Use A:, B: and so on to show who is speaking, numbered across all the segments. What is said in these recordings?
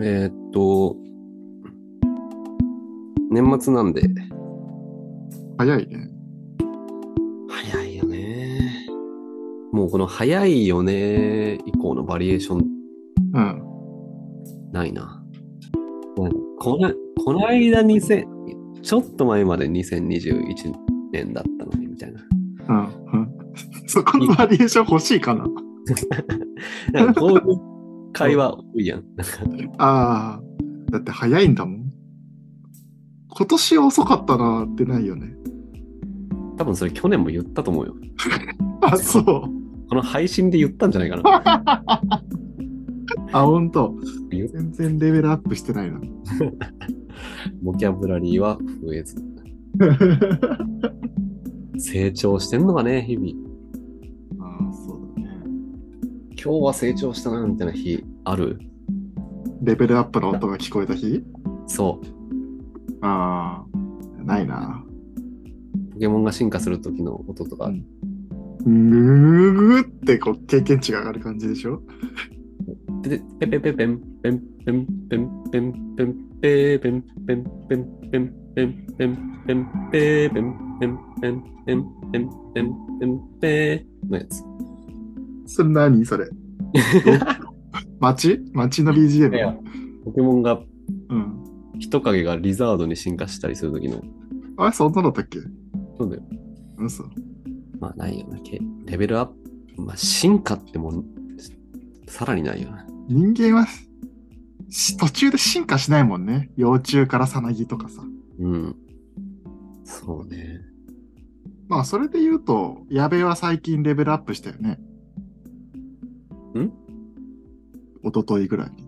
A: えーっと、年末なんで。
B: 早いね。
A: 早いよね。もうこの早いよね以降のバリエーション
B: うん。
A: ないな。なんかこなこの間2000、ちょっと前まで2021年だったのにみたいな。
B: うん。うん、 そこのバリエーション欲しいかな。
A: なんかこういう会話多いやん。
B: ああ。だって早いんだもん。今年は遅かったなってないよね。
A: 多分それ去年も言ったと思うよ。
B: あ、そう。
A: この配信で言ったんじゃないか な。
B: あ、ほんと。
A: 言う
B: 全然レベルアップしてないな。
A: ボキャブラリーは増えず。成長してんのかね、日々。
B: ああ、そうだね。
A: 今日は成長したな、みたいな日ある
B: レベルアップの音が聞こえた日
A: そう。
B: ああ。ないな。
A: ポケモンが進化する時の音とか、
B: うんぐーぐーってこう経験値が上がる感じでしょ
A: でペペペペンペンペンペンペンペンペーペンペンペンペンペンペンペンペーペンペンペンペンペンペンペンペーのやつ。
B: それ何それ街街の BGM?
A: ポケモンが
B: うん。
A: 人影がリザードに進化したりする時の。
B: あれ、そんなのだったっけ
A: そうだよ。
B: 嘘。
A: まあないよな。けレベルアップ。まあ進化ってもんさらにないよな。
B: 人間はし途中で進化しないもんね。幼虫からさなぎとかさ。
A: うん。そうね。
B: まあ、それで言うと、矢部は最近レベルアップしたよね。
A: ん
B: 一昨日ぐらいに。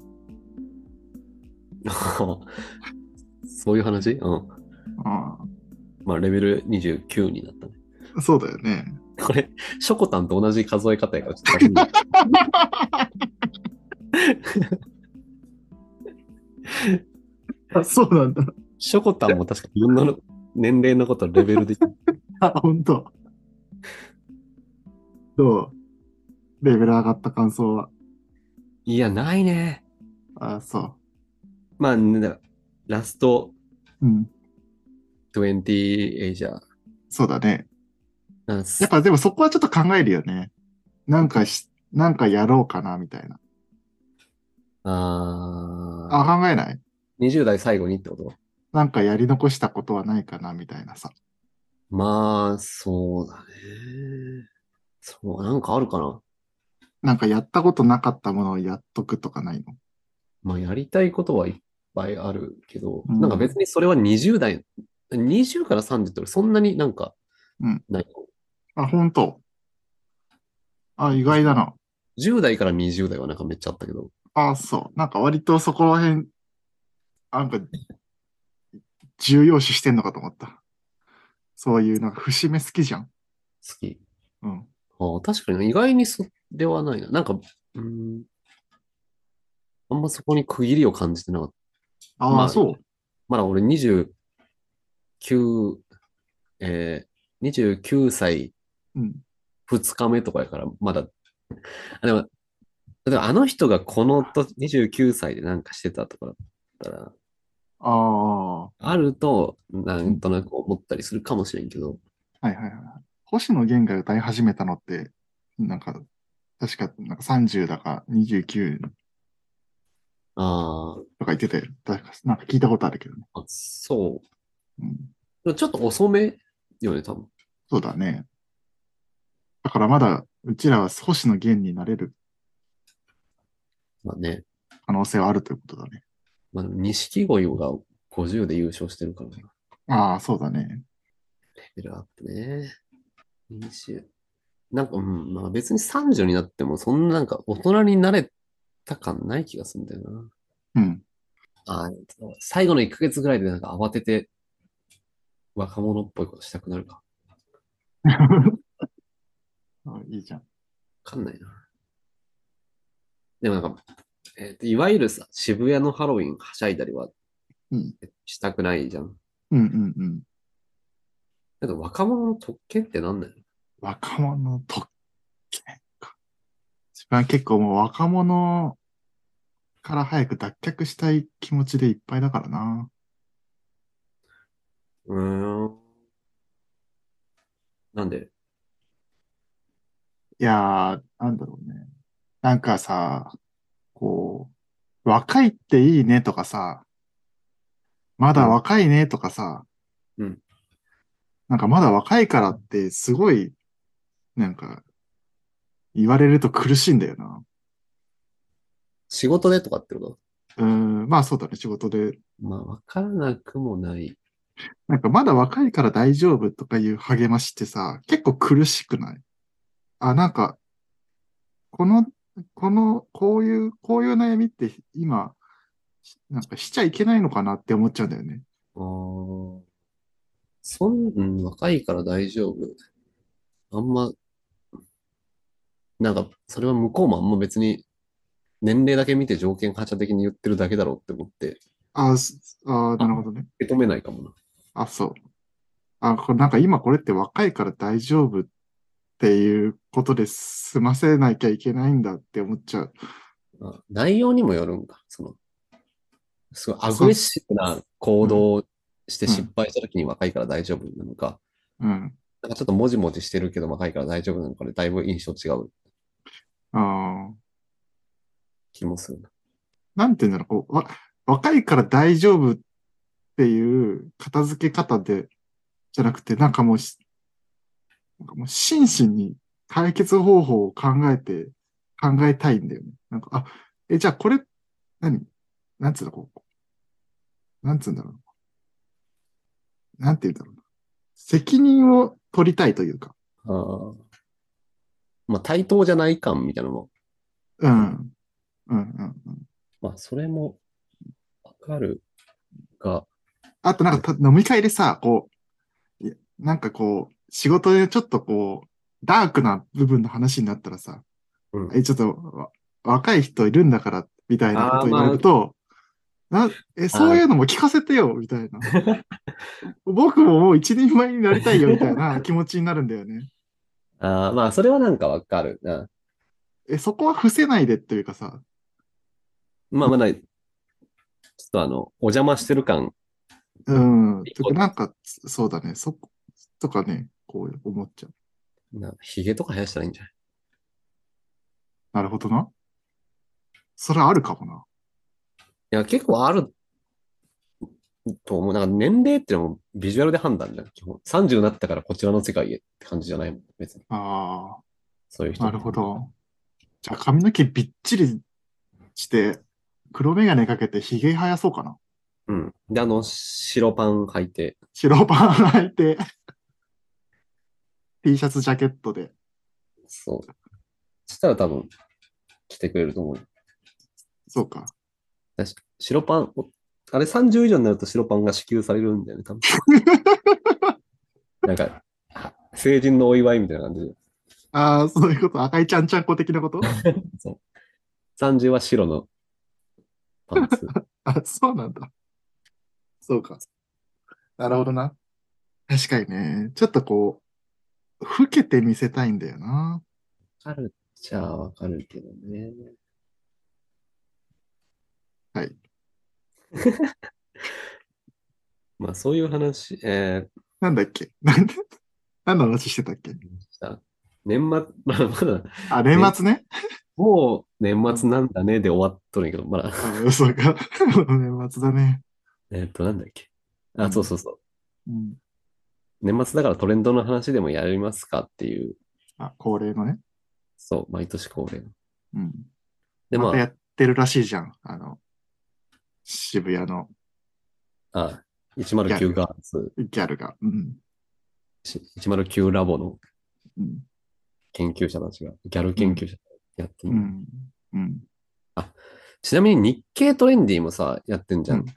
A: そういう話うん。
B: あ
A: まあレベル29になったね。
B: あ、そうだよね。
A: これ、ショコタンと同じ数え方やから、ちょっとわかんない
B: あそうなんだ。
A: ショコタンも確かいろんなの年齢のことをレベルで。
B: あ、本当。どうレベル上がった感想は。
A: いや、ないね。
B: あ、そ
A: まあ、なんだラスト
B: う。うん。
A: 20エイジャー。
B: そうだね。
A: なんす
B: やっぱでもそこはちょっと考えるよね。なんかし、なんかやろうかな、みたいな。
A: あー
B: あ、考えない
A: 20代最後にってこと
B: なんかやり残したことはないかな、みたいなさ。
A: まあ、そうだね。そう、なんかあるかな。
B: なんかやったことなかったものをやっとくとかないの
A: まあ、やりたいことはいっぱいあるけど、
B: うん
A: なんか別にそれは20代、20から30ってそんなになんか
B: うん、
A: ないかも
B: あ、本当あ、意外だな。
A: 10代から20代はなんかめっちゃあったけど、
B: あ、そう。なんか割とそこら辺、なんか、重要視してんのかと思った。そういう、なんか節目好きじゃん。
A: 好き。
B: うん。
A: ああ、確かに意外にそれはないな。なんか、うーん、あんまそこに区切りを感じてなかった。
B: あ、
A: ま
B: あ、
A: あ
B: そう。
A: まだ俺29、えー、29歳
B: うん。
A: 2日目とかやから、まだ、あでも、でもあの人がこのと29歳でなんかしてたとかだったら、
B: ああ、は
A: あると、なんとなく思ったりするかもしれんけど、
B: いはいはい。星野源が歌い始めたのって、なんか、確か、なんか30だか29
A: あ
B: とか言ってて、確かなんか聞いたことあるけどね。
A: ーあ、そう。
B: うん。
A: でもちょっと遅めよね、多分。
B: そうだね。だからまだ、うちらは星野源になれる
A: まあね。
B: 可能性はあるということだね。
A: まあ、でも錦鯉が50で優勝してるからな。レ
B: ああ、そうだね。
A: ベルアップね。20。なんか、うん、まあ別に30になっても、そんななんか大人になれた感ない気がするんだよな。
B: うん。
A: あー最後の1ヶ月ぐらいでなんか慌てて、若者っぽいことしたくなるか。わ
B: あいいじゃん。
A: かんないな。でもなんか、えーといわゆるさ、渋谷のハロウィンはしゃいだりは
B: うん
A: したくないじゃん。
B: うんうんうん。
A: なんか若者の特権ってなんだよ。
B: 若者の特権か。自分は結構もう若者から早く脱却したい気持ちでいっぱいだからな。
A: うーん。なんで
B: いやー、なんだろうね。なんかさ、こう、若いっていいねとかさ、まだ若いねとかさ、
A: うん。
B: なんかまだ若いからってすごい、なんか、言われると苦しいんだよな。
A: 仕事でとかってこと
B: うーん、まあそうだね、仕事で。
A: まあ、わからなくもない。
B: なんかまだ若いから大丈夫とかいう励ましってさ、結構苦しくないあ、なんか、この、この、こういう、こういう悩みって今、しなんかしちゃいけないのかなって思っちゃうんだよね。
A: あーそん、うん若いから大丈夫。あんま、なんか、それは向こうもあんま別に、年齢だけ見て条件反射的に言ってるだけだろうって思って、
B: あ、すあー、なるほどね。
A: 受け止めないかもな。
B: あ、そう。あ、これなんか今これって若いから大丈夫っていうことで済ませなきゃいけないんだって思っちゃう。
A: あ内容にもよるんか。その、すごいアグレッシブな行動をして
B: うん
A: 失敗したときに若いから大丈夫なのか、
B: うん。
A: なんかちょっともじもじしてるけど若いから大丈夫なのかで、だいぶ印象違う
B: あー
A: 気もするな。
B: なんて言うんだろう、こう、わ、若いから大丈夫っていう片付け方で、じゃなくて、なんかもうし、なんかもう真摯に解決方法を考えて、考えたいんだよね。なんか、あ、え、じゃあこれ、何なんつうの、こう、なんつうんだろう。なんて言うんだろうな。責任を取りたいというか。
A: ああ。まあ、対等じゃない感みたいなのも、
B: うん。うん、うん、うん。
A: まあ、それもわかるが、
B: あとなんかた飲み会でさ、こう、いやなんかこう、仕事でちょっとこう、ダークな部分の話になったらさ、
A: うん
B: え、ちょっとわ若い人いるんだから、みたいなこと言われると、なえ、そういうのも聞かせてよ、みたいな。僕ももう一人前になりたいよ、みたいな 気持ちになるんだよね。
A: ああ、まあ、それはなんかわかるな。
B: え、そこは伏せないでっていうかさ、
A: まあ、まだ、ちょっとあの、お邪魔してる感、
B: うん、とかなんか、そうだね、そこ、とかね、こう思っちゃう。
A: な、ヒゲとか生やしたらいいんじゃない
B: なるほどな。それはあるかもな。
A: いや、結構あると思う。なんか年齢ってのもビジュアルで判断じゃん。基本。30になったからこちらの世界へって感じじゃないもん。別に。
B: ああ。
A: そういう人。
B: なるほ。ど。じゃあ髪の毛びっちりして、黒眼鏡かけてひげ生やそうかな。
A: うん。で、あの、白パン履いて。
B: 白パン履いて、T シャツジャケットで。
A: そう。そしたら多分、来てくれると思う。
B: そうか。
A: だし白パン、おあれ30以上になると白パンが支給されるんだよね、 多分。なんか、は成人のお祝いみたいな感じで。
B: ああ、そういうこと。赤いちゃんちゃんこ的なこと
A: そう。30は白のパン ツ。
B: あ、そうなんだ。そうか。なるほどな。確かにね。ちょっとこう、老けて見せたいんだよな。
A: わかるっちゃわかるけどね。
B: はい。
A: まあそういう話、えー
B: なんだっけなんで何の話してたっけ
A: した、年末、 まだまだ、
B: あ、年末ね。
A: もう年末なんだねで終わっとるんやけど、ま だ、
B: あそうか。年末だね。
A: えーっと、なんだっけ。
B: う
A: あ、
B: ん
A: そうそうそう。
B: うん。
A: 年末だからトレンドの話でもやりますかっていう、
B: あ、恒例のね。
A: そう、毎年恒例の。
B: うん。
A: で、ま
B: またやってるらしいじゃん。あの、渋谷の
A: あ、あ109ガールズ、
B: ギャルが。うん。
A: し109ラボの
B: うん。
A: 研究者たちが、ギャル研究者やってる、
B: うん。うん。
A: ちなみに日経トレンディもさ、やってんじゃん。
B: うん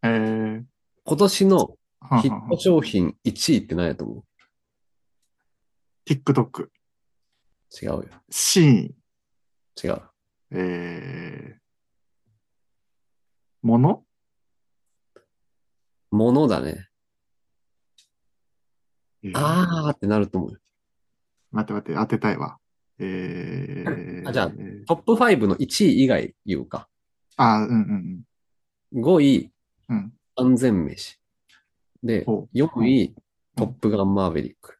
B: えー、
A: 今年の
B: はんはん
A: ヒ
B: は
A: ッ
B: ん
A: ト商品1位って何やと思
B: TikTok、
A: う違うよ。
B: シーン、
A: 違う。
B: えー、もの
A: ものだね。あーってなると思うよ。
B: 待って待って、当てたいわ。えー、
A: あじゃあ
B: えー
A: トップ5の1位以外言うか。
B: ああ、うんうん
A: 5位、
B: うん。うん。
A: 安全飯。で、
B: ほ
A: 4位、トップガンマーヴェリック。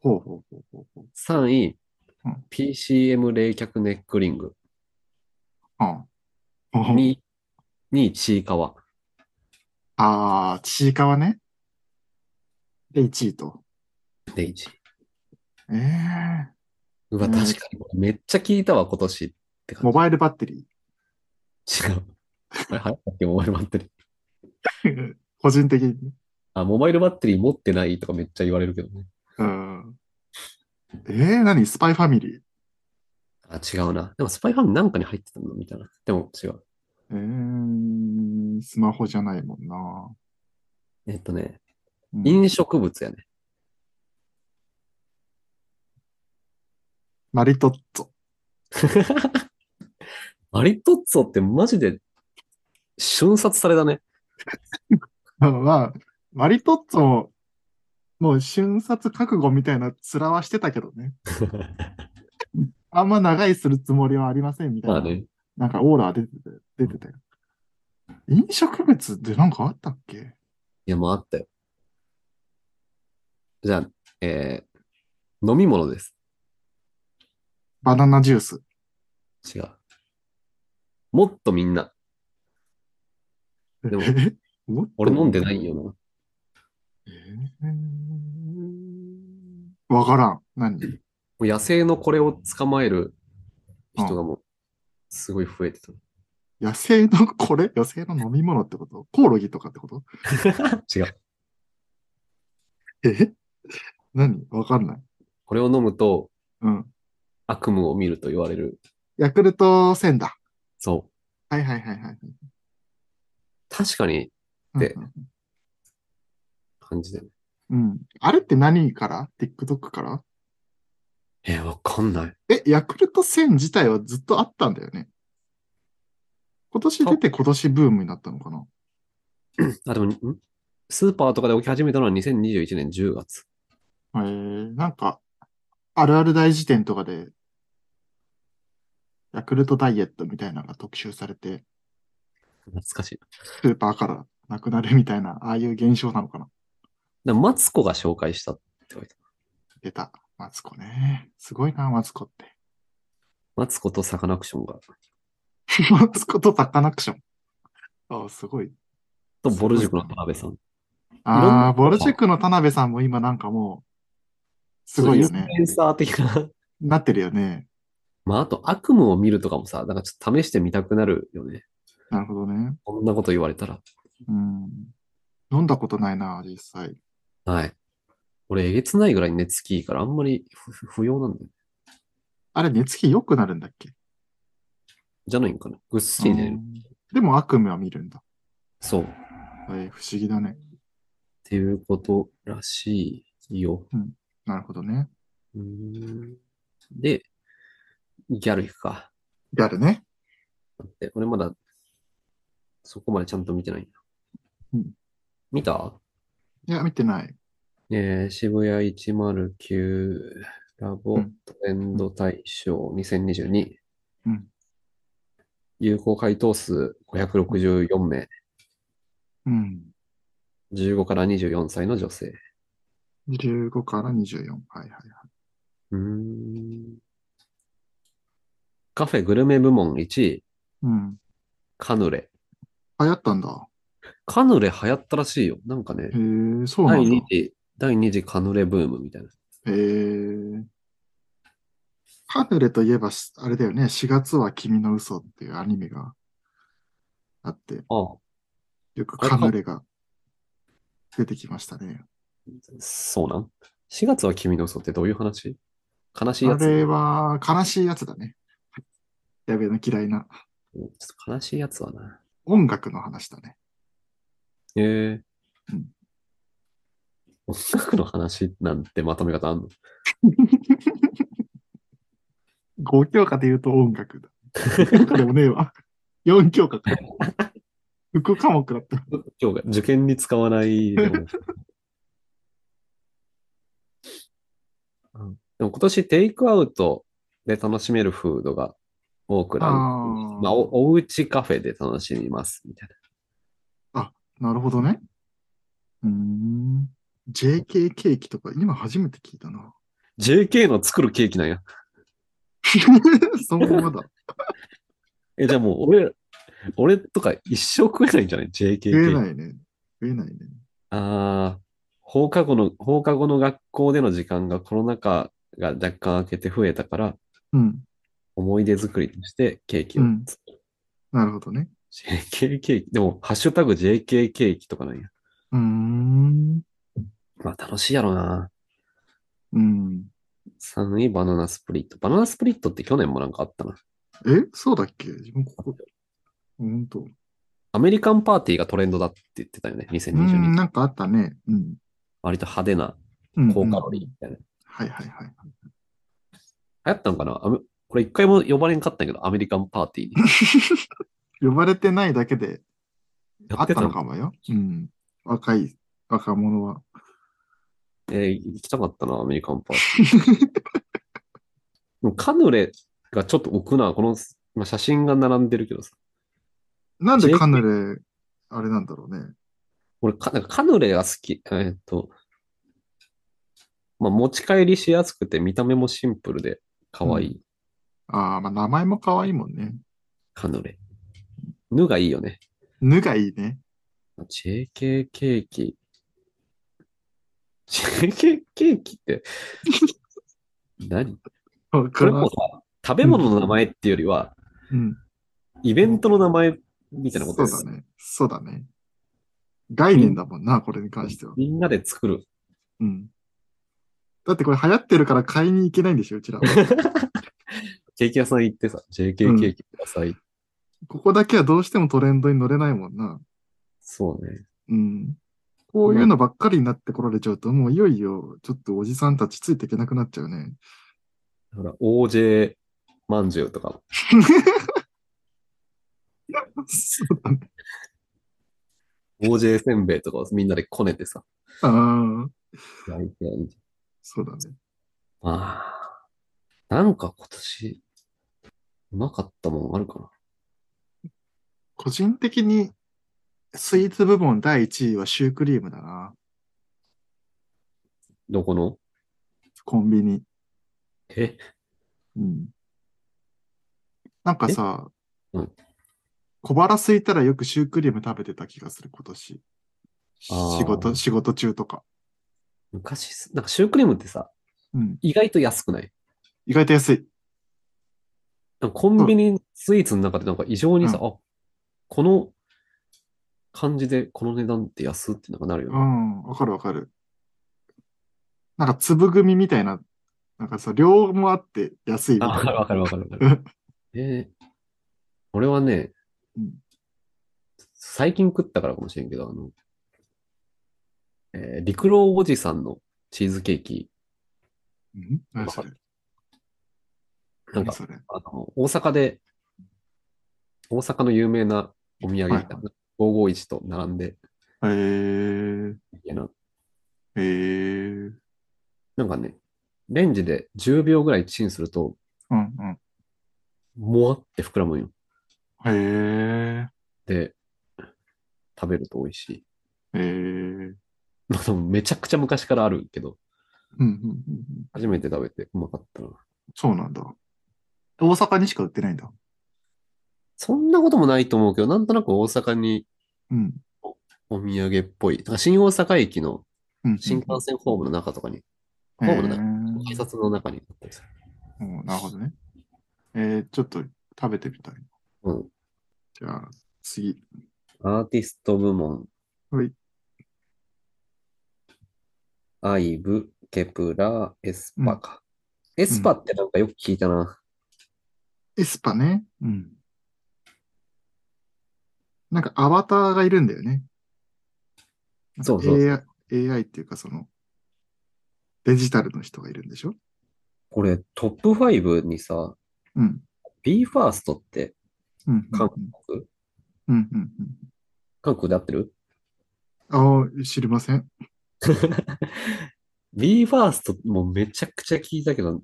B: ほうほうほうほうほう。
A: 3位
B: うん、
A: PCM 冷却ネックリング。
B: ああ。ほうほう
A: 2位、ちいかわ。
B: ああ、ちいかわね。で、1位と。
A: で、1位。
B: ええ
A: うわ、
B: うん
A: 確かにこれめっちゃ聞いたわ、今年って感
B: モバイルバッテリ
A: じ。違う。あれ、流行ったっけ、モバイルバッテリー。
B: ー。個人的に。
A: あ、モバイルバッテリー持ってないとかめっちゃ言われるけどね。
B: うん。ええー、何スパイファミリー。
A: あ、違うな。でも、スパイファミなんかに入ってたのみたいな。でも、違う。
B: ええー、スマホじゃないもんな。
A: えっとね、
B: うん
A: 飲食物やね。
B: マリトッツォ。
A: マリトッツォってマジで瞬殺され たね。
B: まあ、マリトッツォも、もう瞬殺覚悟みたいな面はしてたけどね。あんま長いするつもりはありませんみたい
A: ま
B: な。
A: あね。
B: なんかオーラ出てたよ出てたよ。飲食物ってなんかあったっけ
A: いや、もうあったよ。じゃあ、えー、飲み物です。
B: バナナジュース。
A: 違う。もっとみんな。でも
B: え もっと
A: 俺飲んでないよな。
B: えーわからん。何
A: もう野生のこれを捕まえる人がもう、すごい増えてた。
B: 野生の これ野生の飲み物ってことコオロギとかってこと
A: 違う。
B: え何わかんない。
A: これを飲むと
B: うん。
A: 悪夢を見ると言われる。
B: ヤクルト1000だ。
A: そう。
B: はいはいはいはい。
A: 確かに、で
B: うんうん
A: 感じだよね。
B: うん。あれって何から ?TikTok から
A: えー、わかんない。
B: え、ヤクルト1000自体はずっとあったんだよね。今年出て今年ブームになったのかな
A: あ、でも、んスーパーとかで起き始めたのは2021年10月。
B: えー、なんか、あるある大辞典とかで、ヤクルトダイエットみたいなのが特集されて、
A: 懐かしい。
B: スーパーからなくなるみたいな、ああいう現象なのかな
A: だからマツコが紹介したって言われた。
B: 出た。マツコね。すごいな、マツコって。
A: マツコとサカナクションが、
B: マツコとサカナクション。ああ、すごい。
A: とボル塾の田辺さん。いろん
B: あ
A: な
B: あ、ボルチェックの田辺さんも今なんかもう、すごいよ
A: そうイン
B: ね
A: フ。ルエンサー的な。
B: なってるよね。
A: まあ、あと悪夢を見るとかもさ、なんかちょっと試してみたくなるよね。
B: なるほどね。
A: こんなこと言われたら。
B: うん。飲んだことないな、実際。
A: はい。俺、えげつないぐらい寝つきいいから、あんまり不不不要なんだよ。
B: あれ、寝つき良くなるんだっけ
A: じゃないんかな。ぐっすり寝れ
B: う
A: る。
B: んでも悪夢は見るんだ。
A: そう。っ
B: えー不思議だね。
A: ていうことらしいよ。
B: なるほどね。
A: うーんで、ギャル行くか。
B: ギャルね。
A: 待って、俺まだ、そこまでちゃんと見てないな。
B: うん
A: 見た
B: いや、見てない。
A: えー渋谷109ラボ
B: うん
A: トレンド大賞2022。
B: うん
A: 有効回答数564名。
B: うん。
A: 15から24歳の女性。
B: 15から24。はいはいはい。
A: うーんカフェグルメ部門1位、
B: うん。
A: カヌレ。
B: 流行ったんだ。
A: カヌレ流行ったらしいよ。なんかね
B: へ、え、そうな
A: 第
B: んだ
A: 2。次、第2次カヌレブームみたいな。
B: へえ。カヌレといえばし、あれだよね。4月は君の嘘っていうアニメがあって、
A: ああ、
B: よくカヌレが出てきましたね。
A: そうなん ?4 月は君の嘘ってどういう話悲しいや
B: あ
A: つ。うん
B: れは悲しいやつだね。やべえの嫌いな。
A: ちょっと悲しいやつはな。
B: 音楽の話だね。
A: ええ
B: うん
A: 音楽の話なんてまとめ方あんの
B: 5教科で言うと音楽だ。5教科でもねえわ。4教科か。副科目だった。
A: 今日が受験に使わないでも。うんでも今年テイクアウトで楽しめるフードが多くランク
B: あー
A: まあ、おおうちカフェで楽しみます、みたいな。
B: なるほどね。うーん。JK ケーキとか、今初めて聞いた な。
A: JK の作るケーキなんや。
B: そのままだ。
A: え、じゃあもう俺、俺とか一生食えないんじゃない ?JK ケ
B: 食え
A: ー
B: な
A: キ。
B: いね。食えないね。
A: ああ、放課後の、放課後の学校での時間がコロナ禍が若干明けて増えたから、
B: うん。
A: 思い出作りとしてケーキを
B: うん
A: 作る。
B: なるほどね。
A: JK ケーキ。でも、ハッシュタグ JK ケーキとかなんや。
B: うーん。
A: まあ楽しいやろな。
B: うん。
A: 3位バナナスプリット。バナナスプリットって去年もなんかあったな。
B: えそうだっけ自分ここ。ほんと。
A: アメリカンパーティーがトレンドだって言ってたよね。
B: うーん、
A: 2022。
B: なんかあったね。うん。
A: 割と派手な
B: うん
A: 高カロリーみたいな。
B: はいはいはい。
A: 流行ったのかなアメこれ一回も呼ばれんかったんやけど、アメリカンパーティーに。
B: 呼ばれてないだけで
A: や
B: あ
A: っ
B: って
A: た
B: たの
A: のか
B: かもよ。うん。若い、若 者は。
A: えー行きたかったな、アメリカンパーティー。でもカヌレがちょっと奥な、この、まあ、写真が並んでるけどさ。
B: なんで
A: JK
B: カヌレ、あれなんだろうね。
A: 俺か、なんかカヌレが好き。えーっと、まあ、持ち帰りしやすくて見た目もシンプルで可愛い、
B: ああ、まあ名前も可愛いもんね。
A: カヌレ。ぬがいいよね。
B: ぬがいいね。
A: JK ケーキ。JK ケーキって何、
B: こ
A: これもさ、食べ物の名前っていうよりは、
B: うん。
A: イベントの名前みたいなことです
B: そう。だね。そうだね。概念だもんな、これに関しては。
A: みんなで作る。
B: うん。だってこれ流行ってるから買いに行けないんでしょ、うち らは。
A: ケーキ屋さん行ってさ、JK ケ
B: うん
A: ーキください。
B: ここだけはどうしてもトレンドに乗れないもんな。
A: そうね。
B: うん。こういうのばっかりになってこられちゃうと、もういよいよ、ちょっとおじさんたちついていけなくなっちゃ うね。
A: だから、OJ まんじゅうとか、
B: そうだね。
A: OJ せんべいとかをみんなでこねてさ、
B: ああ、
A: 焼いてやる
B: そうだね。
A: まあ、なんか今年、うまかったもんあるかな。
B: 個人的に、スイーツ部門第1位はシュークリームだな。
A: どこの
B: コンビニ。
A: え
B: うん。なんかさ、
A: うん
B: 小腹空いたらよくシュークリーム食べてた気がする、今年。
A: あー
B: 仕事、仕事中とか。
A: 昔す、なんかシュークリームってさ、
B: うん。
A: 意外と安くない
B: 意外と安い。
A: なんかコンビニスイーツの中でなんか異常にさ、あ、この感じでこの値段って安ってなんかなるよ
B: う
A: ね。
B: ん、わかるわかる。なんか粒組みたいな、なんかさ、量もあって安いみ
A: あ、わか
B: たいな。
A: るわかるわかるわか る。えー俺はね、
B: うん
A: 最近食ったからかもしれんけど、あの、えー陸老おじさんのチーズケーキ、
B: うん何それ
A: なん
B: 何
A: か
B: それ
A: あの、大阪で、大阪の有名なお土産、
B: はい
A: 551と並んで、
B: えー、
A: いやな、
B: えー、
A: なんかね、レンジで10秒ぐらいチンすると、
B: うんうん。
A: もわって膨らむんよ。
B: えー、
A: で、食べると美味しい。
B: えー、
A: まあでもめちゃくちゃ昔からあるけど、
B: うんうんうんうん。
A: 初めて食べてうまかったな。
B: そうなんだ。大阪にしか売ってないんだ。
A: そんなこともないと思うけど、なんとなく大阪に
B: うん。
A: お土産っぽい。なんか新大阪駅の
B: うん、
A: 新幹線ホームの中とかに、ホ
B: え
A: ームの中、
B: ー
A: 改札の中にあったりする。
B: うんなるほどね。えー、ちょっと食べてみたい。
A: うん。
B: じゃあ、次。
A: アーティスト部門。
B: はい。
A: アイブ、ケプラ、エスパか。エスパってなんかよく聞いたな。
B: エスパね。うん。なんかアバターがいるんだよね。なんか
A: そうそう
B: AI, AI っていうかその、デジタルの人がいるんでしょ
A: これ、トップ5にさ、
B: うん。
A: BE:FIRST って
B: うん。
A: 韓国、
B: うん。うん。
A: 韓国で合ってる
B: うん。ああ、知りません。
A: ?BE:FIRST もめちゃくちゃ聞いたけど、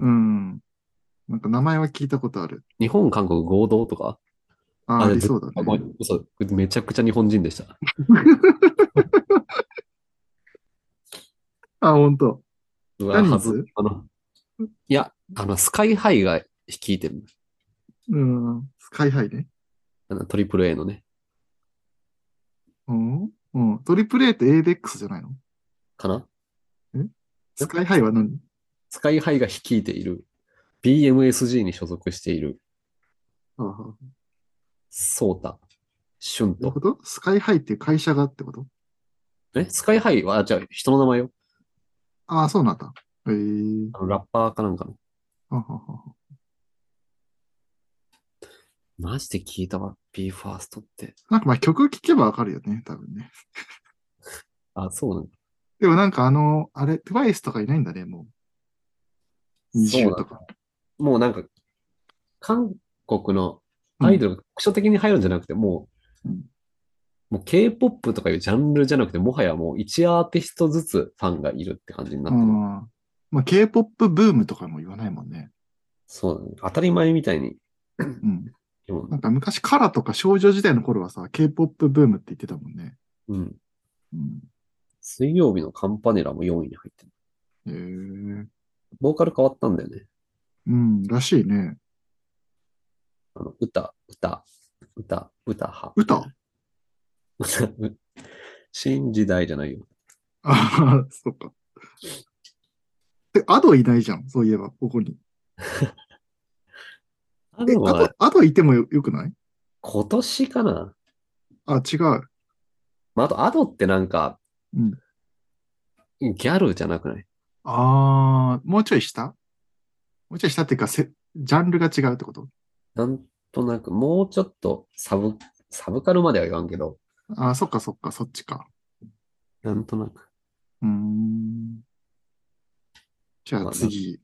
B: うん。なんか名前は聞いたことある。
A: 日本、韓国合同とか
B: あ、
A: あ
B: あ
A: れ
B: りそうだ
A: あごめ
B: ね。
A: ん嘘めちゃくちゃ日本人でした。
B: あ、本当。
A: う
B: ジャ
A: わ、
B: ニー
A: は
B: ズ
A: ず、あの、いや、あの、スカイハイが率いてる。
B: うん。スカイハイね。
A: あの、トリプル A のね、
B: うん。うん。トリプル A って ADX じゃないの
A: かな
B: スカイハイは何
A: スカイハイが率いている。BMSG に所属している。
B: ああ、な
A: ソータ、シュン
B: る
A: と
B: ほ。ど。スカイハイっていう会社がってこと
A: え、スカイハイは、あじゃあ人の名前よ。
B: ああ、そうなんだ。え
A: あ
B: え
A: の、ラッパーかなんかの。
B: あははは
A: マジで聞いたわ、BE:FIRST って。
B: なんかまあ曲聴けばわかるよね、多分ね。
A: あ、そうなんだ。
B: でもなんかあの、あれ、TWICE とかいないんだね、もう。
A: そうなんだ
B: 20とか。
A: もうなんか、韓国のアイドルが国書的に入るんじゃなくて、もう、
B: うん
A: もう K-POP とかいうジャンルじゃなくて、もはやもう一アーティストずつファンがいるって感じにな
B: う
A: ってる。
B: ん。まあ K-POP ブームとかも言わないもんね。
A: そうだね。当たり前みたいに。
B: うん。
A: でも
B: なんか昔カラとか少女時代の頃はさ、K-POP ブームって言ってたもんね。
A: うん。
B: うん。
A: 水曜日のカンパネラも4位に入ってる。
B: へえ
A: ボーカル変わったんだよね。
B: うん、らしいね。
A: あの、歌、歌、歌、歌派。
B: 歌
A: 歌う 新時代じゃないよ。
B: ああ、そっか。で、アドいないじゃん、そういえば、ここに。
A: あ
B: え、
A: と
B: ア
A: は
B: ド、アドいてもよよくない
A: 今年かな。
B: あ、違う。
A: まあ、あと、アドってなんか、
B: うん
A: ギャルじゃなくない
B: ああ、もうちょい下もうちょい下っていうか、せ、ジャンルが違うってこと
A: なんとなく、もうちょっとサブ、サブカルまでは言わんけど、
B: ああ、そっかそっか、そっちか。
A: なんとなく。
B: うーん。じゃ
A: ま
B: あ
A: あ
B: 次。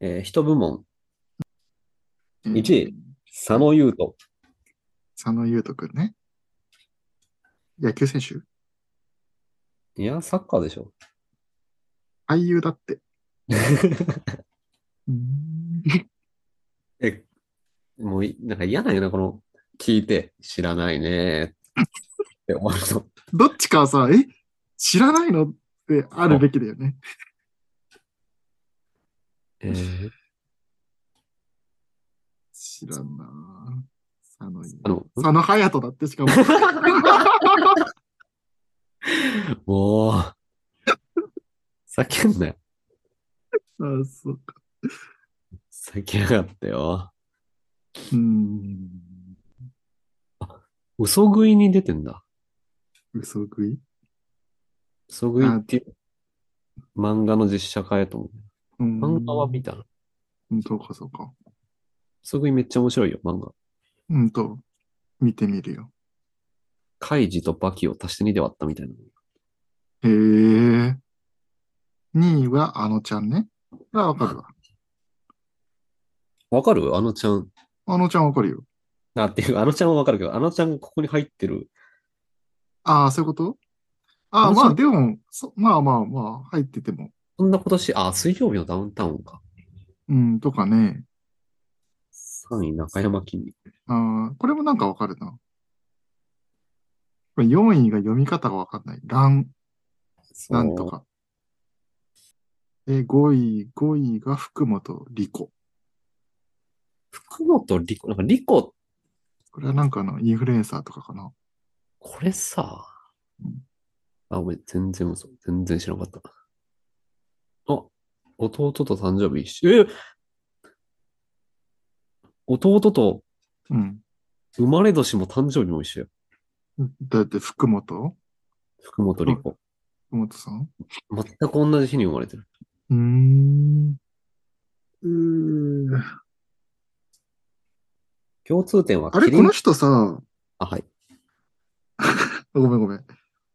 A: えー、一部門、
B: うん
A: 一位。佐野優斗。
B: 佐野優斗くんね。野球選手
A: いや、サッカーでしょ。
B: 俳優だ って。うーん
A: え、もうい、なんか嫌なんよな、この、聞いて、知らないねーって思うと。
B: どっちかはさ、え、知らないのってあるべきだよね。
A: えー
B: 知らんなぁ佐野優
A: あの、
B: 佐野隼人だってしかも。
A: もう、叫んだよ。
B: ああ、そうか。
A: 叫んなかったよ。
B: うーん。
A: 嘘食いに出てんだ。
B: 嘘食い
A: 嘘食いっていう漫画の実写化やと思
B: うーん
A: う。漫画は見たな。
B: うん、そうか、そうか。
A: 嘘食いめっちゃ面白いよ、漫画。
B: うんと、見てみるよ。
A: カイジとバキを足して2で割ったみたいな。
B: へえ。2位はあのちゃんね。あ、わかるわ。
A: わかるあのちゃん。
B: あのちゃんわかるよ。
A: あ、っていう、あのちゃんはわかるけど、あのちゃんがここに入ってる。
B: ああ、そういうことあ
A: あ
B: あ、
A: のち
B: ま
A: ゃん
B: あでも、そまあまあまあ、入ってても。
A: そんな今年、あ、水曜日のダウンタウンか。
B: うん、とかね。
A: 3位、中山きんに。
B: ああ、これもなんかわかるな。これ4位が読み方がわかんない。乱、
A: そう
B: なんと。か。で、5位、5位が福本莉子。
A: 福本莉子、なんか莉子、
B: これはなんかあの、インフルエンサーとかかな。
A: これさ
B: うん、
A: あ、ごめん、全然嘘、全然知らなかった。あ、弟と誕生日一緒。え弟と
B: うん。
A: 生まれ年も誕生日も一緒よ。
B: だって福本
A: 福本莉子。
B: 福本さん
A: 全く同じ日に生まれてる。
B: うーん。うーん
A: 共通点は
B: あれ、
A: キリ
B: こ
A: ン
B: の人さ、
A: あ、はい。
B: ごめんごめん。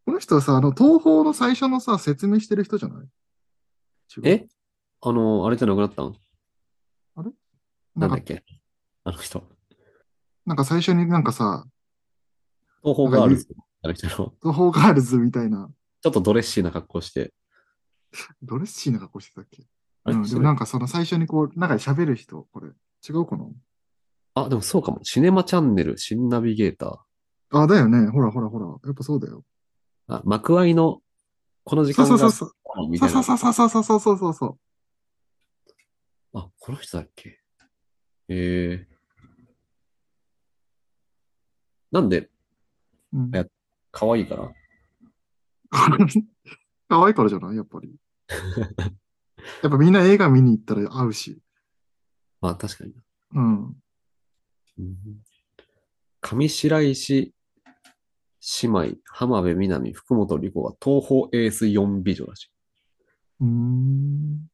B: この人はさ、あの、東宝の最初のさ、説明してる人じゃない違う
A: えあの、あれじゃなくなったの
B: な
A: なんん
B: か
A: だっ、けあの人。
B: なんか最初になんかさ、
A: 東方ガールズ。あの人の。ちょ
B: 東宝ガールズみたいな、
A: っとドレッシーな格好して。
B: ドレッシーな格好してたっけ
A: あれ
B: うん、でもなんかその最初にこう、中で喋る人、これ、違うかな
A: あ、でもそうかも。シネマチャンネル、新ナビゲーター。
B: あ、だよね。ほらほらほら。やっぱそうだよ。
A: あ、幕開の、この時
B: そ
A: 間
B: う
A: が、
B: そうそうそう。
A: みたい
B: そう
A: な。
B: そうそうそうそうそうそうそうそう。
A: あ、この人だっけええなんで、
B: うん
A: いや可愛いかな
B: 可愛いからじゃないやっぱ り。やっぱみんな映画見に行ったら合うし。
A: まあ確かに。
B: うん。
A: うん上白石姉妹、浜辺美波、福本莉子は東方エース4美女らしい。
B: うーん。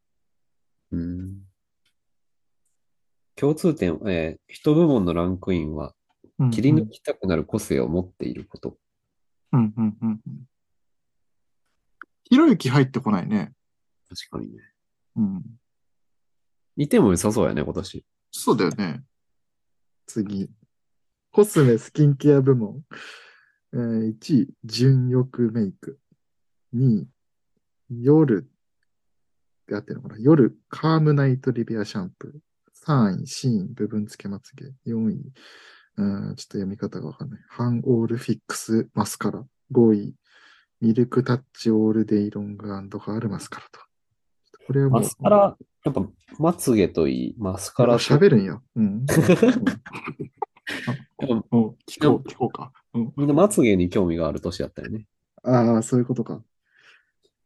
A: うん共通点、えー、人部門のランクインは、
B: うん
A: 切り抜きたくなる個性を持っていること。
B: うんうんうんうん。ひろゆき入ってこないね。
A: 確かにね。
B: うん。
A: いても良さそうやね、今年。
B: そうだよね。次。コスメスキンケア部門。えー、1位、純欲メイク。2位、夜、ってあってるのかな夜、カームナイトリビアシャンプー。3位、シーン、部分付けまつげ。4位、うん、ちょっと読み方がわかんない。ハンオールフィックスマスカラ。5位、ミルクタッチオールデイロングハールマスカラと。ちょっとこれはもう。
A: マスカラ、やっぱ、まつげといい、マスカラと、
B: 喋るんや。 うん。
A: やっぱ
B: うん、聞こう、聞こうか。うん、
A: みんなまつげに興味がある年だったよね。
B: ああ、そういうことか。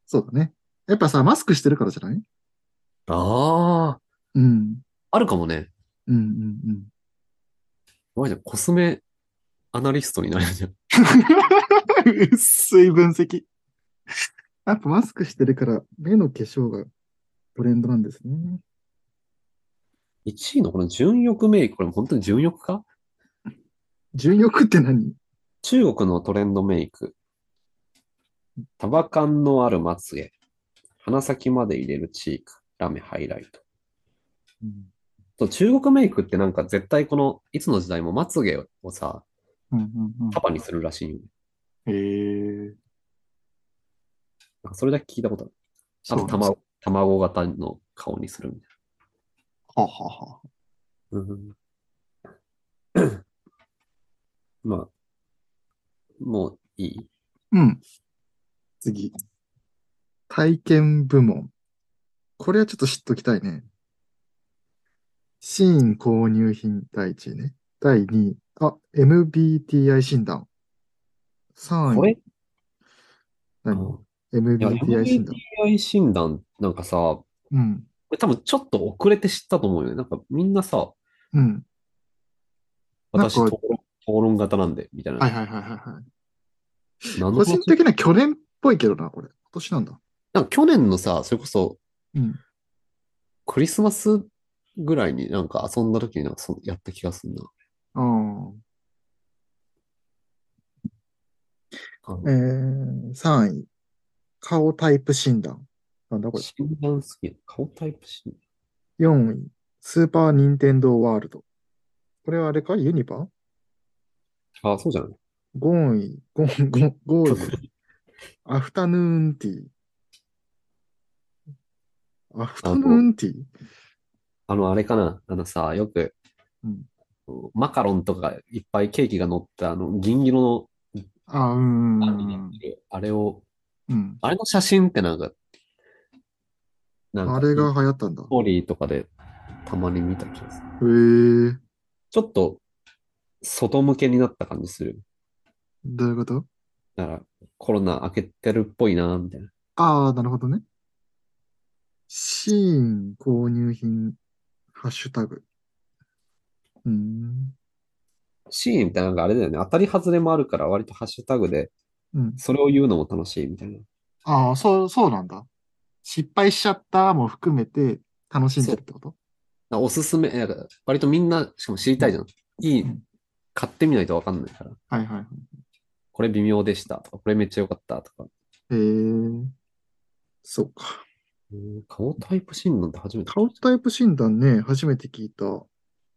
B: そうだね。やっぱさ、マスクしてるからじゃない
A: ああ、
B: うん。
A: あるかもね。
B: うん、うん、うん。
A: お前じゃんコスメアナリストになれるじゃん。
B: 薄い分析。やっぱマスクしてるから、目の化粧がトレンドなんですね。
A: 1位のこの純欲メイク、これ本当に純欲か
B: 純欲って何
A: 中国のトレンドメイク。タバカンのあるまつげ。鼻先まで入れるチーク。ラメハイライト。
B: うん。
A: と中国メイクってなんか絶対この、いつの時代もまつげをさ、
B: うん、うん、うん。
A: 束にするらしいよね。
B: へえ。
A: なんかそれだけ聞いたことある。あ
B: そう
A: と
B: なんです
A: 卵、卵型の顔にするみたい
B: ははは。
A: な。まあ、もういい。
B: うん。次。体験部門。これはちょっと知っときたいね。シーン購入品第1位ね。第2位。あ、MBTI 診断。
A: こ
B: 3位。
A: れ、
B: 何
A: いや
B: ?MBTI 診断。
A: MBTI 診断、なんかさ、こ
B: うん。
A: れ多分ちょっと遅れて知ったと思うよね。なんかみんなさ、
B: うん。
A: 私
B: なん
A: 討
B: か
A: 論、討論型なんで、みたいな。
B: はいはいはいはい。はい
A: 何
B: 個
A: の
B: 人
A: 話
B: 的には去年っぽいけどな、これ。今年なんだ。
A: なんか去年のさ、それこそ
B: うん。
A: クリスマスぐらいになんか遊んだ時になんかそやった気がするな。
B: あ
A: あの
B: あ。えー、3位。顔タイプ診断。なんだこれ。
A: 診断好きな顔タイプ診
B: 4位、スーパー・ニンテンドー・ワールド。これはあれかユニバ
A: 断。あ、そうじゃない。
B: ?5 位、5, 5, 5位、アフタヌーンティー。アフタヌーンティー
A: あの、あれかな。あのさ、よく
B: うん、
A: マカロンとかいっぱいケーキが乗った、あの、銀色
B: あ、うん
A: の
B: う
A: あ
B: ん
A: ん
B: う
A: になっ
B: ん
A: てる、あれを、
B: うん。
A: あれの写真ってなんか、なんか、
B: あれが流行ったんだ
A: ス。トーリーとかでたまに見た気がする。
B: へえ、
A: ちょっと、外向けになった感じする。
B: どういうこと
A: だから、コロナ明けてるっぽいな、みたいな。
B: ああ、なるほどね。シーン購入品、ハッシュタグ。うーん。
A: シーンみたいなのがあれだよね。当たり外れもあるから、割とハッシュタグで、
B: うん。
A: それを言うのも楽しいみたいな。
B: ああ、そう、そうなんだ。失敗しちゃったも含めて楽しんでるってこと
A: なおすすめ、なんか割とみんな、しかも知りたいじゃん。いい
B: うん、
A: 買ってみないとわかんないから。
B: はいはいはい。
A: これ微妙でしたとか、これめっちゃ良かったとか。
B: へえ。そうか。
A: うん顔タイプ診断って初めて。
B: 顔タイプ診断ね、初めて聞いた。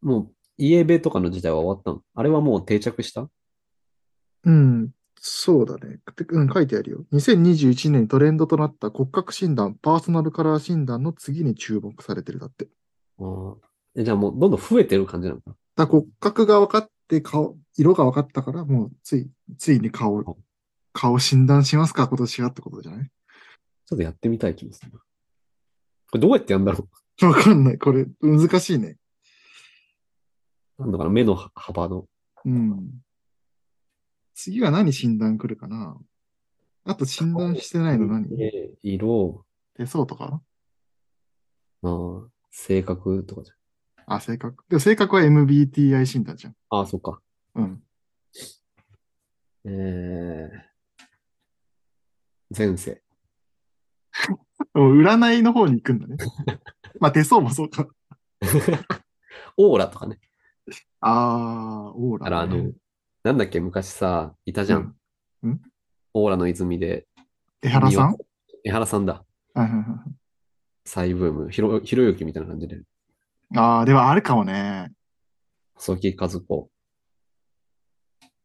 A: もう、イエベとかの時代は終わったの。あれはもう定着した
B: うん。そうだね。てうん、書いてあるよ。2021年にトレンドとなった骨格診断、パーソナルカラー診断の次に注目されてるだって。
A: ああ。えじゃあもうどんどん増えてる感じなのかな。
B: だから骨格が分かって顔、色が分かったから、もうつい、ついに顔、顔診断しますか、今年はってことじゃない
A: ちょっとやってみたい気もするな。これどうやってやるんだろ
B: わかんない。これ、難しいね。
A: う。なんだかな、目の幅の。
B: うん。次は何診断来るかなあと診断してないの何
A: えー色、
B: 手相とか
A: ああ、性格とかじゃん。
B: あ、性格。でも性格は MBTI 診断じゃん。
A: ああ、そっか。
B: うん。
A: えー、前世。
B: もう占いの方に行くん だね。まあ手相もそうか。
A: オーラとかね。
B: あー、オーラ、
A: あら、あの、なんだっけ、昔さ、いたじゃん。
B: うんん
A: オーラの泉で、
B: 江原さん
A: 庭江原さんだ。
B: はいはいはい
A: 再ブーム。ひろ、ひろゆきみたいな感じで。
B: あー、ではあるかもね。
A: 細木和子。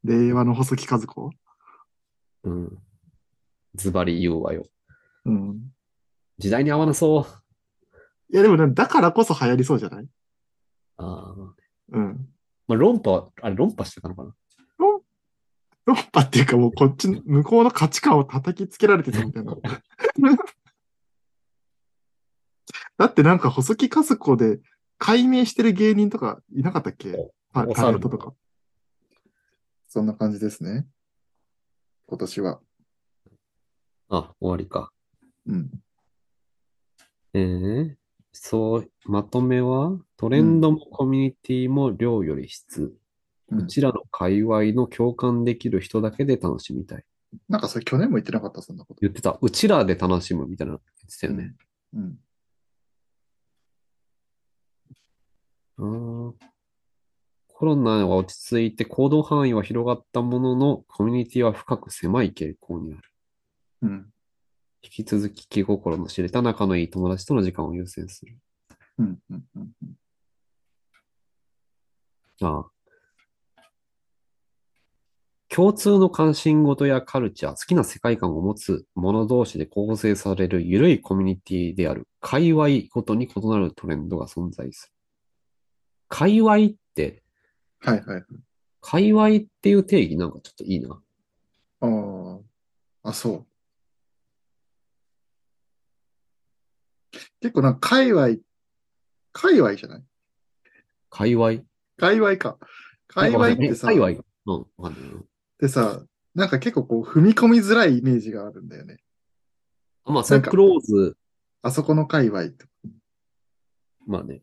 B: 令和の細木和子。
A: うん。ズバリ言うわよ。
B: うん。
A: 時代に合わなそう。
B: いや、でもね、だからこそ流行りそうじゃない
A: あー
B: うん。
A: まあ、論破は、あれ、論破してたのかな
B: 論破っていうかもうこっちの、向こうの価値観を叩きつけられてたみたいな。だってなんか細木和子で解明してる芸人とかいなかったっけタ
A: お猿
B: タレントとか。そんな感じですね。今年は。
A: あ、終わりか。
B: うん。
A: えー、そう、まとめは、トレンドもコミュニティも量より質。
B: うん
A: うちらの界隈の共感できる人だけで楽しみたい。
B: なんかそれ去年も言ってなかった、そんなこと。
A: 言ってた。うちらで楽しむみたいなの言ってたよね。
B: うん。
A: うんコロナは落ち着いて行動範囲は広がったものの、コミュニティは深く狭い傾向にある。
B: うん。
A: 引き続き気心の知れた仲のいい友達との時間を優先する。
B: うん。うん。うん。
A: ああ。共通の関心事やカルチャー、好きな世界観を持つ者同士で構成される緩いコミュニティである、界隈ごとに異なるトレンドが存在する。界隈って、
B: はいはい。
A: 界隈っていう定義なんかちょっといいな。
B: ああ。あ、そう。結構なんか、界隈、界隈じゃない
A: 界隈。
B: 界隈か。界隈ってさ、
A: 界隈。うん、わかんないな
B: でさ、なんか結構こう、踏み込みづらいイメージがあるんだよね。
A: あまあ、それ
B: なんか
A: クローズ、
B: あそこの界隈とか。
A: まあね。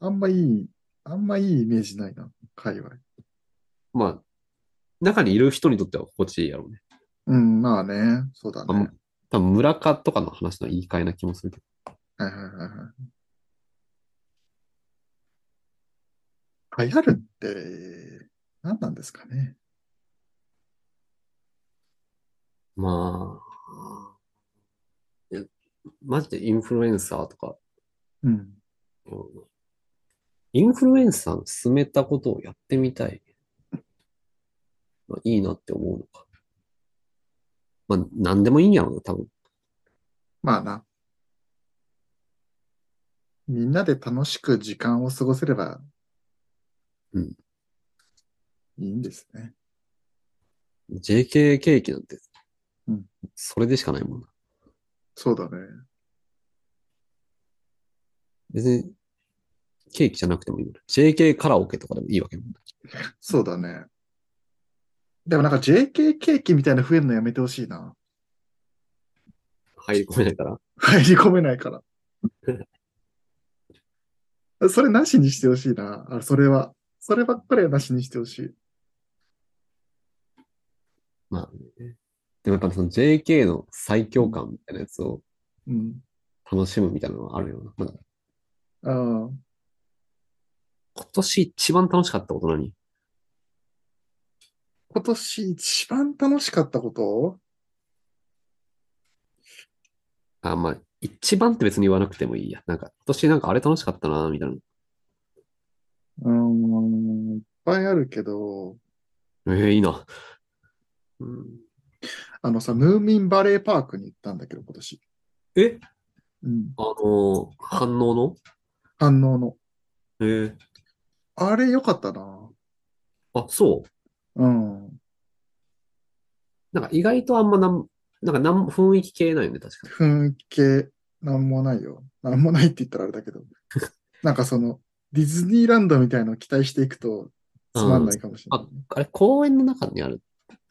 B: あんまいい、あんまいいイメージないな、界隈。
A: まあ、中にいる人にとっては心地いいやろうね。
B: うん、まあね、そうだ
A: あ
B: ね。
A: 多分村かとかの話の言い換えな気もするけど。
B: はいはいはいはい。流行るって、何なんですかね。
A: まあ、いやマジでインフルエンサーとか、
B: うん。
A: うんインフルエンサーの進めたことをやってみたい。まあ、いいなって思うのか。まあ、なんでもいいんやろうな、多分。
B: まあな。みんなで楽しく時間を過ごせれば、
A: うん。
B: いいんですね。
A: JK ケーキなんて
B: うん、
A: それでしかないもんな。
B: そうだね。
A: 別に、ケーキじゃなくてもいいもんな。JK カラオケとかでもいいわけもんな。
B: そうだね。でもなんか JK ケーキみたいな増えるのやめてほしいな。
A: 入り込めないから。
B: 入り込めないから。 それなしにしてほしいな。あ、それは。そればっかりはなしにしてほしい。
A: まあね。でもやっぱその JK の最強感みたいなやつを
B: うん。
A: 楽しむみたいなのはあるよな。まあ
B: ああ、
A: 今年一番楽しかったこと何
B: 今年一番楽しかったこと
A: あ、まあ、一番って別に言わなくてもいいや。なんか、今年なんかあれ楽しかったな、みたいな。
B: うーん、いっぱいあるけど、
A: ええいいな。うん、
B: あのさ、ムーミンバレーパークに行ったんだけど、今年。
A: え
B: うん。
A: あの、反応の
B: 反応の。
A: えー、
B: あれ良かったな。
A: あ、そう。
B: うん。
A: なんか意外とあんまなん、なんかなん雰囲気系ないよね、確かに。
B: 雰囲気系、なんもないよ。なんもないって言ったらあれ だけど。なんかその、ディズニーランドみたいのを期待していくと、つまんないかもしれない。
A: あれ、公園の中にある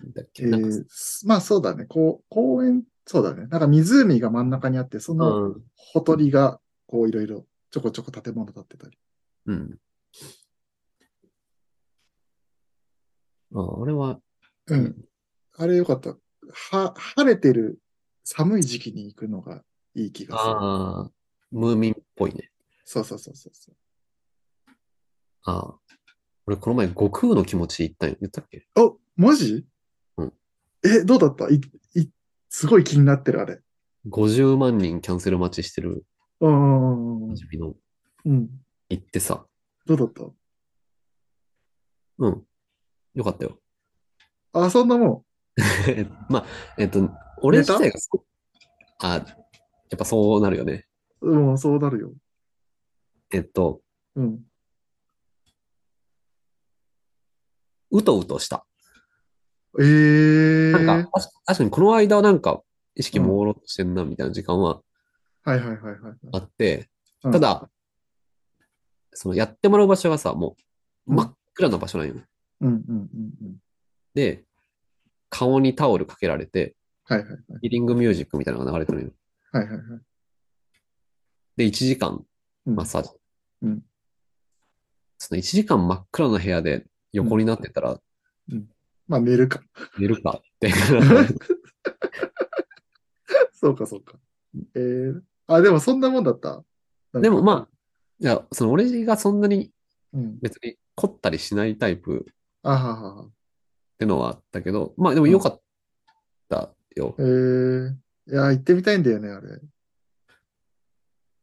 A: んだっけ
B: え
A: なんか、
B: ーまあそうだね。こう、公園、そうだね。なんか湖が真ん中にあって、その
A: うん。
B: ほとりが、こういろいろ、ちょこちょこ建物建ってたり。
A: うん。あ、あれは、う
B: う
A: ん
B: ん。あれよかった。は、晴れてる寒い時期に行くのがいい気がする。
A: ああ、ムーミンっぽいね。
B: そうそうそうそうそう。
A: ああ。俺、この前、悟空の気持ち言ったんよ。言ったっけ
B: お、マジ
A: うん
B: え、どうだったい、い、すごい気になってる、あれ。
A: ?50 万人キャンセル待ちしてる、
B: うんうんうんうん。
A: 日々の、
B: うん。
A: 行ってさ。
B: どうだっ
A: うん。よかったよ。
B: たあ、そんなも
A: まあ、えっと、俺
B: 寝た
A: 自体がすご、あ、やっぱそうなるよね。
B: ん。うん、そうなるよ。
A: えっと、
B: うん。
A: うとうとした。
B: ええ
A: なん
B: ー。
A: か、確確かにこの間はなんか、意識朦朧としてんな、みたいな時間は
B: はいはいはいはい。
A: あって、
B: うん
A: ただ、そのやってもらう場所がさ、もう
B: うん
A: 真っ暗な場所なんよ。
B: うんうんうんうん。
A: で、顔にタオルかけられて、
B: はいはいはい。
A: ヒーリングミュージックみたいなのが流れてるのよ。
B: はいはいはい。
A: で、1時間
B: うん
A: マッサージ。
B: うん
A: その1時間真っ暗な部屋で横になってたら、
B: まあ寝るか。
A: 寝るか って。
B: そうかそうか。ええー。あ、でもそんなもんだった。
A: でもまあ、いや、その俺がそんなに
B: あ。うん。
A: 別に凝ったりしないタイプ
B: あははは。
A: ってのはあったけど、まあでも良かったよ。
B: ええー。いや、行ってみたいんだよね、あれ。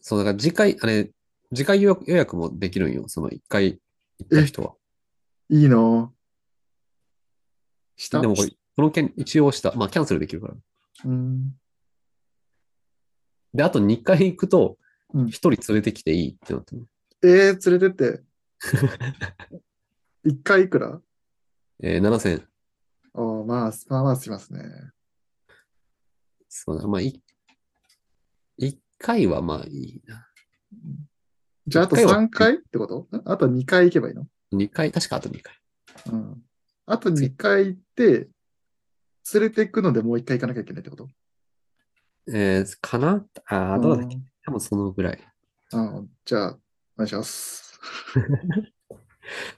A: そう、だから次回、あれ、次回予約予約もできるんよ。その一回行った人は。
B: いいのした
A: でもこれ、この件一応した。まあキャンセルできるから。
B: うん。
A: で、あと2回行くと
B: うん、
A: 一人連れてきていいってなってる、
B: ええー、連れて って。一回いくらあ
A: えー、7000。
B: あ、まあ、まあまあしますね。
A: そうだ、まあ、い、1回はまあいいな。
B: じゃあ、あと
A: 一回は
B: 3回ってことんあと2回行けばいいの
A: 2回、確かあと2回。
B: うん。あと2回行って、連れて行くのでもう1回行かなきゃいけないってこと
A: えー、かなあー、どうだっけ
B: うん
A: 多分そのぐらい。
B: あじゃあ、お願いします。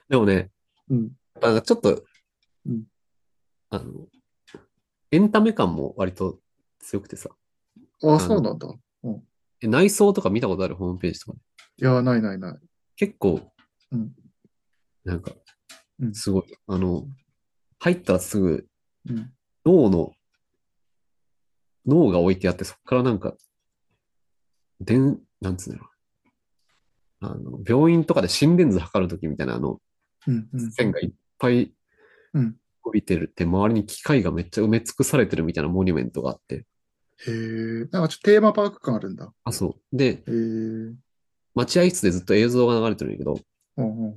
A: でもね、
B: うん。
A: あちょっと
B: うん、
A: あの、エンタメ感も割と強くてさ、
B: ああ、そうなんだ。い
A: え内装とか見たことあるホームページとかね、
B: や、ないないない。
A: 結構
B: うん、
A: なんか
B: う、ん
A: すごい、あの、入ったらすぐ
B: うん。
A: 脳の、脳が置いてあって、そこからなんか、でん、なんつうんだろう。あの、病院とかで心電図測るときみたいな、あの、
B: うん。うん。
A: 線がいっぱい
B: うん
A: 伸びてるって、周りに機械がめっちゃ埋め尽くされてるみたいなモニュメントがあって。
B: へえ。なんかちょっとテーマパーク感あるんだ。
A: あ、そう。で、
B: へえ。うん
A: 待合室でずっと映像が流れてるんだけど、
B: うんうんうん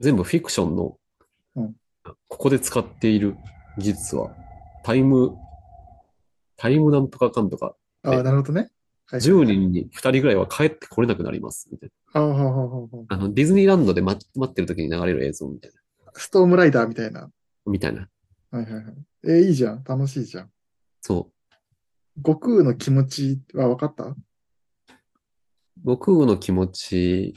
A: 全部フィクションの、
B: うん
A: ここで使っている技術は、タイム、タイムなんとかかんとか、
B: ああ、なるほどね。はい
A: 10人に2人ぐらいは帰ってこれなくなります。みたい
B: はあはあはあは
A: な。あの、ディズニーランドで待待ってる時に流れる映像みたいな。
B: あストームライダーみたいな。
A: みたいな。
B: はいはいはい。えーいいじゃん。楽しいじゃん。
A: そ
B: 悟空の気持ちは分かった
A: う。悟空の気持ち、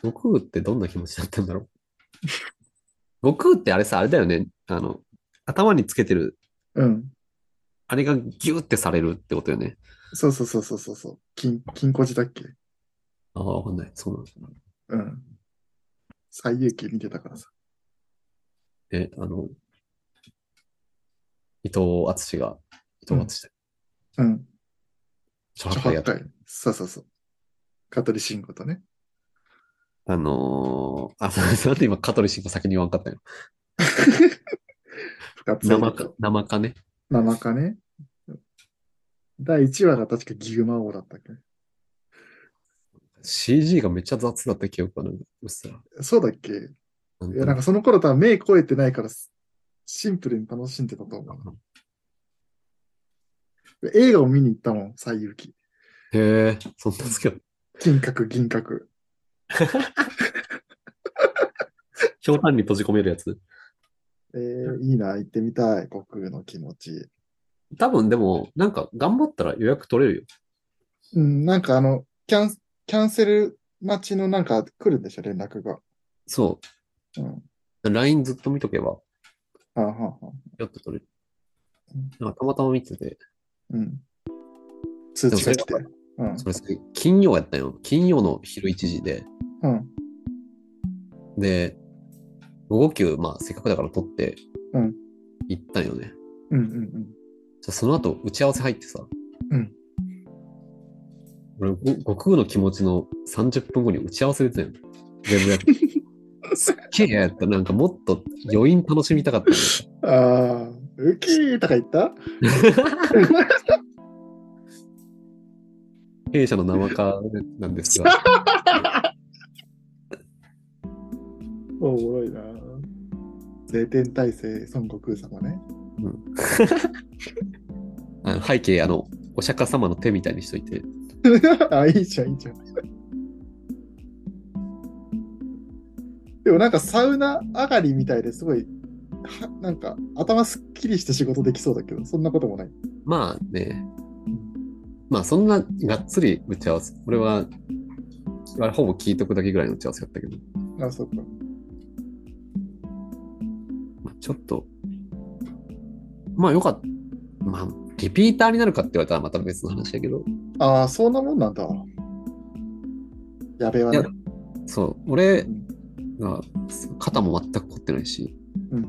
A: 悟空ってどんな気持ちだったんだろう。 悟空ってあれさ、あれだよね。あの、頭につけてる、
B: うん。
A: あれがギューってされるってことよね。
B: そうそうそうそうそうそう。金、金庫寺だっけ
A: ああ、わかんない。そうなんだ。
B: うん。最遊記見てたからさ。
A: え、あの、伊藤敦が、伊藤敦だ。
B: うん。
A: 諸八
B: ちょは
A: 戒や
B: っ
A: った
B: かい。そうそうそう。香取慎吾とね。
A: あ のー、あ、なんで今、香取慎吾先に言わんかったんや
B: がついて
A: 生か、生かね。
B: 生かね。第1話が確かギグマ王だったっけ
A: CG がめっちゃ雑だった記憶あるんだ。うっすら。
B: そうだっけい
A: なんと
B: や、なんかその頃多分目超えてないから、シンプルに楽しんでたと思う。映画を見に行ったもん、西遊記。
A: へえ、そんな好きだ。
B: 金閣、銀閣。
A: ひょうたんに閉じ込めるやつ。
B: えー、いいな、行ってみたい、悟空の気持ち。
A: 多分でも、なんか頑張ったら予約取れるよ。
B: うん、なんかあの、キャン、キャンセル待ちのなんか来るんでしょ、連絡が。
A: そ
B: うん。
A: う。LINE ずっと見とけば、
B: あはんはん
A: やっと取れる
B: うん。
A: なんかたまたま見てて、
B: うん。通知が来て。うん。
A: それそれ金曜やったよ。金曜の昼1時で、
B: うん。
A: で、午後休、まあせっかくだから取って
B: うん、
A: 行ったんよね。
B: うんうん
A: じゃあその後打ち合わせ入ってさ、
B: うん
A: 俺、ご悟空の気持ちの30分後に打ち合わせ出てんよ。全部やって。 すっげえ嫌やった。なんかもっと余韻楽しみたかったんだよ。
B: うん。ああ、ウキーとか言った
A: 弊社の生化なんです が、
B: おもろいな。晴天大聖孫悟空様ね。
A: あの背景、あの、お釈迦様の手みたいにしといて、
B: あ、いいじゃん、いいじゃん。でもなんかサウナ上がりみたいですごい、はなんか頭すっきりして仕事できそうだけど、そんなこともない。
A: まあね、まあそんながっつり打ち合わせ、俺は、あれほぼ聞いとくだけぐらいの打ち合わせだったけど、
B: あ、そっか。
A: まあちょっと、まあよかった。まあ、リピーターになるかって言われたらまた別の話だけど、
B: ああ、そんなもんなんだ。やべえわね
A: いや。そう、俺が肩も全く凝ってないし、
B: うん。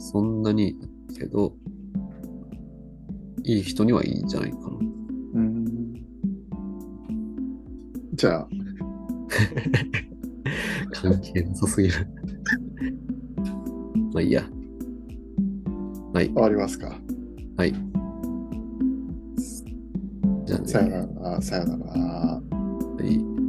A: そんなにけど、いい人にはいいんじゃないかな。
B: うん。じゃあ、
A: 関係なさすぎる。 まあいいや。はい、
B: 終わりますか。
A: はい。じゃあね。
B: さよなら、さよなら。
A: はい